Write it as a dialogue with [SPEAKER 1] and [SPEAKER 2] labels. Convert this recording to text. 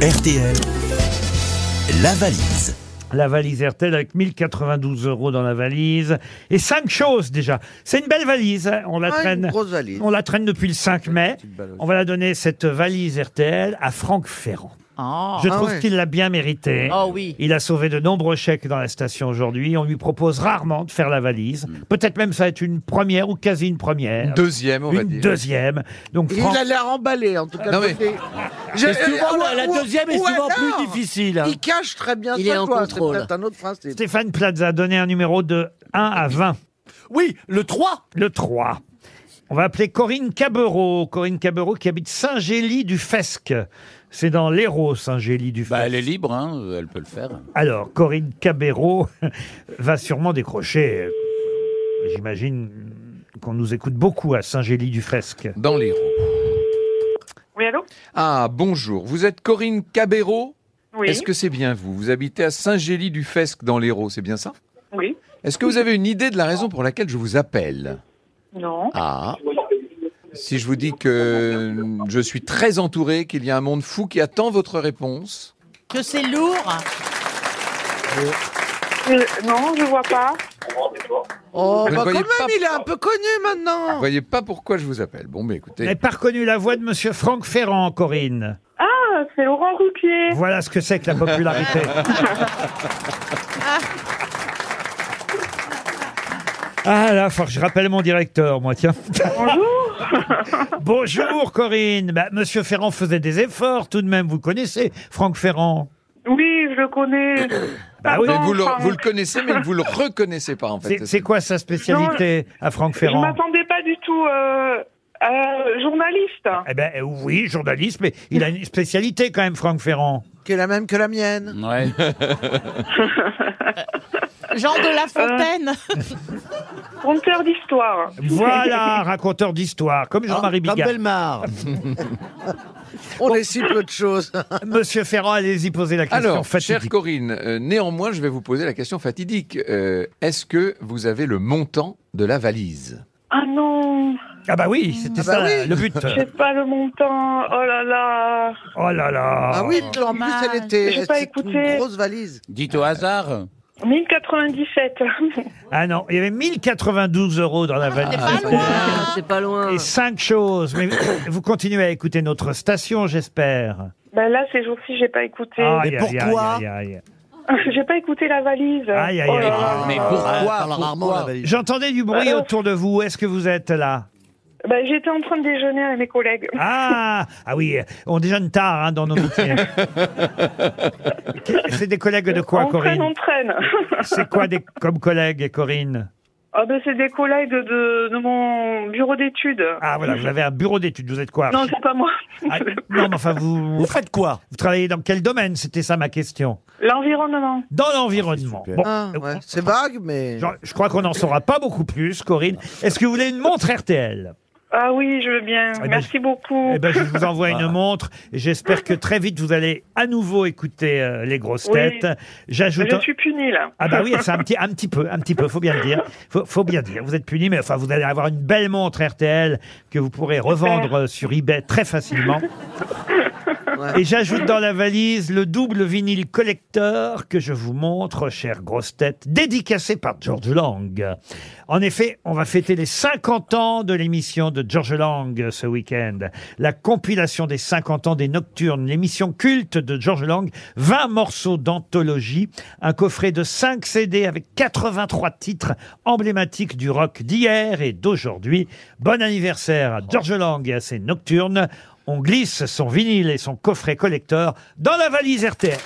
[SPEAKER 1] RTL, la valise.
[SPEAKER 2] La valise RTL avec 1092 euros dans la valise et cinq choses déjà. C'est une belle valise, hein, on la
[SPEAKER 3] Ah,
[SPEAKER 2] traîne.
[SPEAKER 3] une grosse valise.
[SPEAKER 2] On la traîne depuis le 5 mai.
[SPEAKER 3] petite balade.
[SPEAKER 2] On va la donner cette valise RTL à Franck Ferrand.
[SPEAKER 4] Ah.
[SPEAKER 2] Je
[SPEAKER 3] Ah
[SPEAKER 2] trouve
[SPEAKER 3] ouais.
[SPEAKER 2] qu'il l'a bien mérité.
[SPEAKER 4] Ah oui.
[SPEAKER 2] Il a sauvé de nombreux chèques dans la station aujourd'hui. On lui propose rarement de faire la valise.
[SPEAKER 3] Hmm.
[SPEAKER 2] Peut-être même ça va être une première ou quasi une première.
[SPEAKER 5] Deuxième, on va
[SPEAKER 2] une
[SPEAKER 5] dire.
[SPEAKER 2] deuxième. Donc
[SPEAKER 3] Il
[SPEAKER 2] Franck-
[SPEAKER 3] a l'air emballé, en tout cas.
[SPEAKER 5] Non, mais-
[SPEAKER 3] côté- Je-
[SPEAKER 4] Ah
[SPEAKER 3] euh, ouais, ouais, ouais, non.
[SPEAKER 6] difficile.
[SPEAKER 4] hein.
[SPEAKER 2] hein.
[SPEAKER 3] Il cache très bien
[SPEAKER 4] Il
[SPEAKER 3] ça,
[SPEAKER 4] est en
[SPEAKER 3] toi,
[SPEAKER 4] contrôle.
[SPEAKER 3] C'est peut-être un autre principe.
[SPEAKER 2] Stéphane Plaza a donné un numéro de 1 à 20.
[SPEAKER 6] Oui, le 3.
[SPEAKER 2] le 3. On va appeler Corinne Cabereau. Corinne Cabereau qui habite Saint-Gély du Fesque. C'est dans l'Hérault, Saint-Gély du Fesque.
[SPEAKER 7] Bah, elle est libre, hein, elle peut le faire.
[SPEAKER 2] Alors, Corinne Cabereau va sûrement décrocher. euh, J'imagine qu'on nous écoute beaucoup à Saint-Gély du Fesque.
[SPEAKER 5] Dans les roues.
[SPEAKER 8] Oui, allô
[SPEAKER 5] Ah, bonjour. Vous êtes Corinne Cabero
[SPEAKER 8] Oui.
[SPEAKER 5] Est-ce que c'est bien vous Vous habitez à Saint-Gély-du-Fesque dans l'Hérault, c'est bien ça
[SPEAKER 8] Oui.
[SPEAKER 5] Est-ce que vous avez une idée de la raison pour laquelle je vous appelle
[SPEAKER 8] Non.
[SPEAKER 5] Ah. Si je vous dis que je suis très entouré, qu'il y a un monde fou qui attend votre réponse.
[SPEAKER 4] Que c'est lourd.
[SPEAKER 8] Je- Euh, non, je vois pas.
[SPEAKER 3] Oh,
[SPEAKER 5] Vous ne
[SPEAKER 3] bah quand
[SPEAKER 5] voyez
[SPEAKER 3] même,
[SPEAKER 5] pas- Ah
[SPEAKER 3] il est un peu connu
[SPEAKER 5] Vous
[SPEAKER 3] maintenant.
[SPEAKER 5] voyez pas pourquoi je vous appelle. Bon, mais
[SPEAKER 2] Vous
[SPEAKER 7] Ah.
[SPEAKER 5] écoutez,
[SPEAKER 2] n'avez pas reconnu la voix de Monsieur Franck Ferrand, Corinne.
[SPEAKER 8] Ah, c'est Laurent Ruquier.
[SPEAKER 2] Voilà ce que c'est que la popularité. Ah là, faut que je rappelle mon directeur, moi, tiens. Bonjour. Bonjour, Corinne. Bah, Monsieur Ferrand faisait des efforts, tout de même. Vous connaissez Franck Ferrand
[SPEAKER 8] Oui, je le connais.
[SPEAKER 2] Bah oui.
[SPEAKER 5] mais vous, le,
[SPEAKER 8] Franck.
[SPEAKER 5] vous le connaissez, mais vous le reconnaissez pas en fait.
[SPEAKER 2] C'est- C'est quoi sa spécialité à Franck
[SPEAKER 8] Je
[SPEAKER 2] Ferrand
[SPEAKER 8] m'attendais pas du tout euh, à journaliste.
[SPEAKER 2] Eh ben euh, oui, journaliste, mais il a une spécialité quand même, Franck Ferrand.
[SPEAKER 3] Qui est la même que la mienne.
[SPEAKER 7] Ouais.
[SPEAKER 4] Jean de La Fontaine.
[SPEAKER 8] Conteur d'histoire.
[SPEAKER 2] Voilà, raconteur d'histoire, comme Jean-Marie
[SPEAKER 3] Ah,
[SPEAKER 2] Bigard.
[SPEAKER 6] Belmar.
[SPEAKER 3] On est si peu de choses.
[SPEAKER 2] Monsieur Ferrand, allez-y poser la question.
[SPEAKER 5] Alors,
[SPEAKER 2] fatidique.
[SPEAKER 5] chère Corinne, euh, néanmoins, je vais vous poser la question fatidique. Euh, Est-ce que vous avez le montant de la valise
[SPEAKER 8] Ah non,
[SPEAKER 2] Ah bah oui, c'était
[SPEAKER 3] Ah bah
[SPEAKER 2] ça
[SPEAKER 3] oui.
[SPEAKER 2] le but.
[SPEAKER 8] j'ai pas le montant. Oh là là.
[SPEAKER 2] Oh là là.
[SPEAKER 3] Ah oui, en plus,
[SPEAKER 4] Dommage.
[SPEAKER 3] elle était.
[SPEAKER 8] J'ai pas
[SPEAKER 3] c'est une
[SPEAKER 8] écouté.
[SPEAKER 3] grosse valise.
[SPEAKER 7] Dites au hasard.
[SPEAKER 8] 1097.
[SPEAKER 2] Ah non, il y avait 1092 euros dans la valise.
[SPEAKER 4] Ah, pas loin.
[SPEAKER 9] C'est pas loin.
[SPEAKER 2] Et cinq choses. Mais vous continuez à écouter notre station, j'espère.
[SPEAKER 8] ben là, ces jours-ci, j'ai pas écouté.
[SPEAKER 2] Aïe,
[SPEAKER 6] mais
[SPEAKER 2] aïe,
[SPEAKER 6] pourquoi
[SPEAKER 2] aïe, aïe, aïe.
[SPEAKER 8] j'ai pas écouté la valise.
[SPEAKER 2] Aïe, aïe,
[SPEAKER 8] Oh là
[SPEAKER 2] aïe.
[SPEAKER 8] là.
[SPEAKER 7] Mais
[SPEAKER 3] Ah,
[SPEAKER 7] pourquoi,
[SPEAKER 6] rarement
[SPEAKER 7] pourquoi
[SPEAKER 6] la valise.
[SPEAKER 2] J'entendais du bruit
[SPEAKER 8] Allô
[SPEAKER 2] autour de vous. Est-ce que vous êtes là
[SPEAKER 8] Ben, j'étais en train de déjeuner avec mes collègues.
[SPEAKER 2] Ah, ah oui, on déjeune tard hein, dans nos métiers. C'est des collègues de quoi,
[SPEAKER 8] on traîne,
[SPEAKER 2] Corinne
[SPEAKER 8] on traîne.
[SPEAKER 2] C'est quoi des, comme collègues, Corinne
[SPEAKER 8] Ah ben, c'est des collègues de, de mon bureau d'études.
[SPEAKER 2] Ah voilà, vous avez un bureau d'études. Vous êtes quoi
[SPEAKER 8] Non, c'est pas moi.
[SPEAKER 2] Ah, non, mais enfin, vous,
[SPEAKER 6] Vous faites quoi
[SPEAKER 2] vous travaillez dans quel domaine C'était ça ma question.
[SPEAKER 8] L'environnement.
[SPEAKER 2] Dans l'environnement. Bon,
[SPEAKER 3] Ah,
[SPEAKER 2] euh,
[SPEAKER 3] ouais. C'est vague, mais.
[SPEAKER 2] Genre, je crois qu'on n'en saura pas beaucoup plus, Corinne. Est-ce que vous voulez une montre RTL
[SPEAKER 8] Ah oui, je veux bien.
[SPEAKER 2] ben,
[SPEAKER 8] Merci beaucoup.
[SPEAKER 2] Eh ben, je vous envoie une montre. et J'espère que très vite vous allez à nouveau écouter euh, les grosses
[SPEAKER 8] Oui.
[SPEAKER 2] têtes. J'ajoute.
[SPEAKER 8] je
[SPEAKER 2] un-
[SPEAKER 8] suis puni là.
[SPEAKER 2] Ah bah oui, c'est un petit, un petit peu, un petit peu, faut bien le dire. Faut, faut bien dire. Vous êtes puni, mais enfin, vous allez avoir une belle montre RTL que vous pourrez revendre euh, sur eBay très facilement.
[SPEAKER 3] Ouais.
[SPEAKER 2] Et j'ajoute dans la valise le double vinyle collector que je vous montre, chère grosse tête, dédicacé par George Lang. En effet, on va fêter les 50 ans de l'émission de George Lang euh, ce week-end. La compilation des 50 ans des Nocturnes, l'émission culte de George Lang, 20 morceaux d'anthologie, un coffret de 5 CD avec 83 titres emblématiques du rock d'hier et d'aujourd'hui. Bon anniversaire à George Lang et à ses Nocturnes. On glisse son vinyle et son coffret collector dans la valise RTL.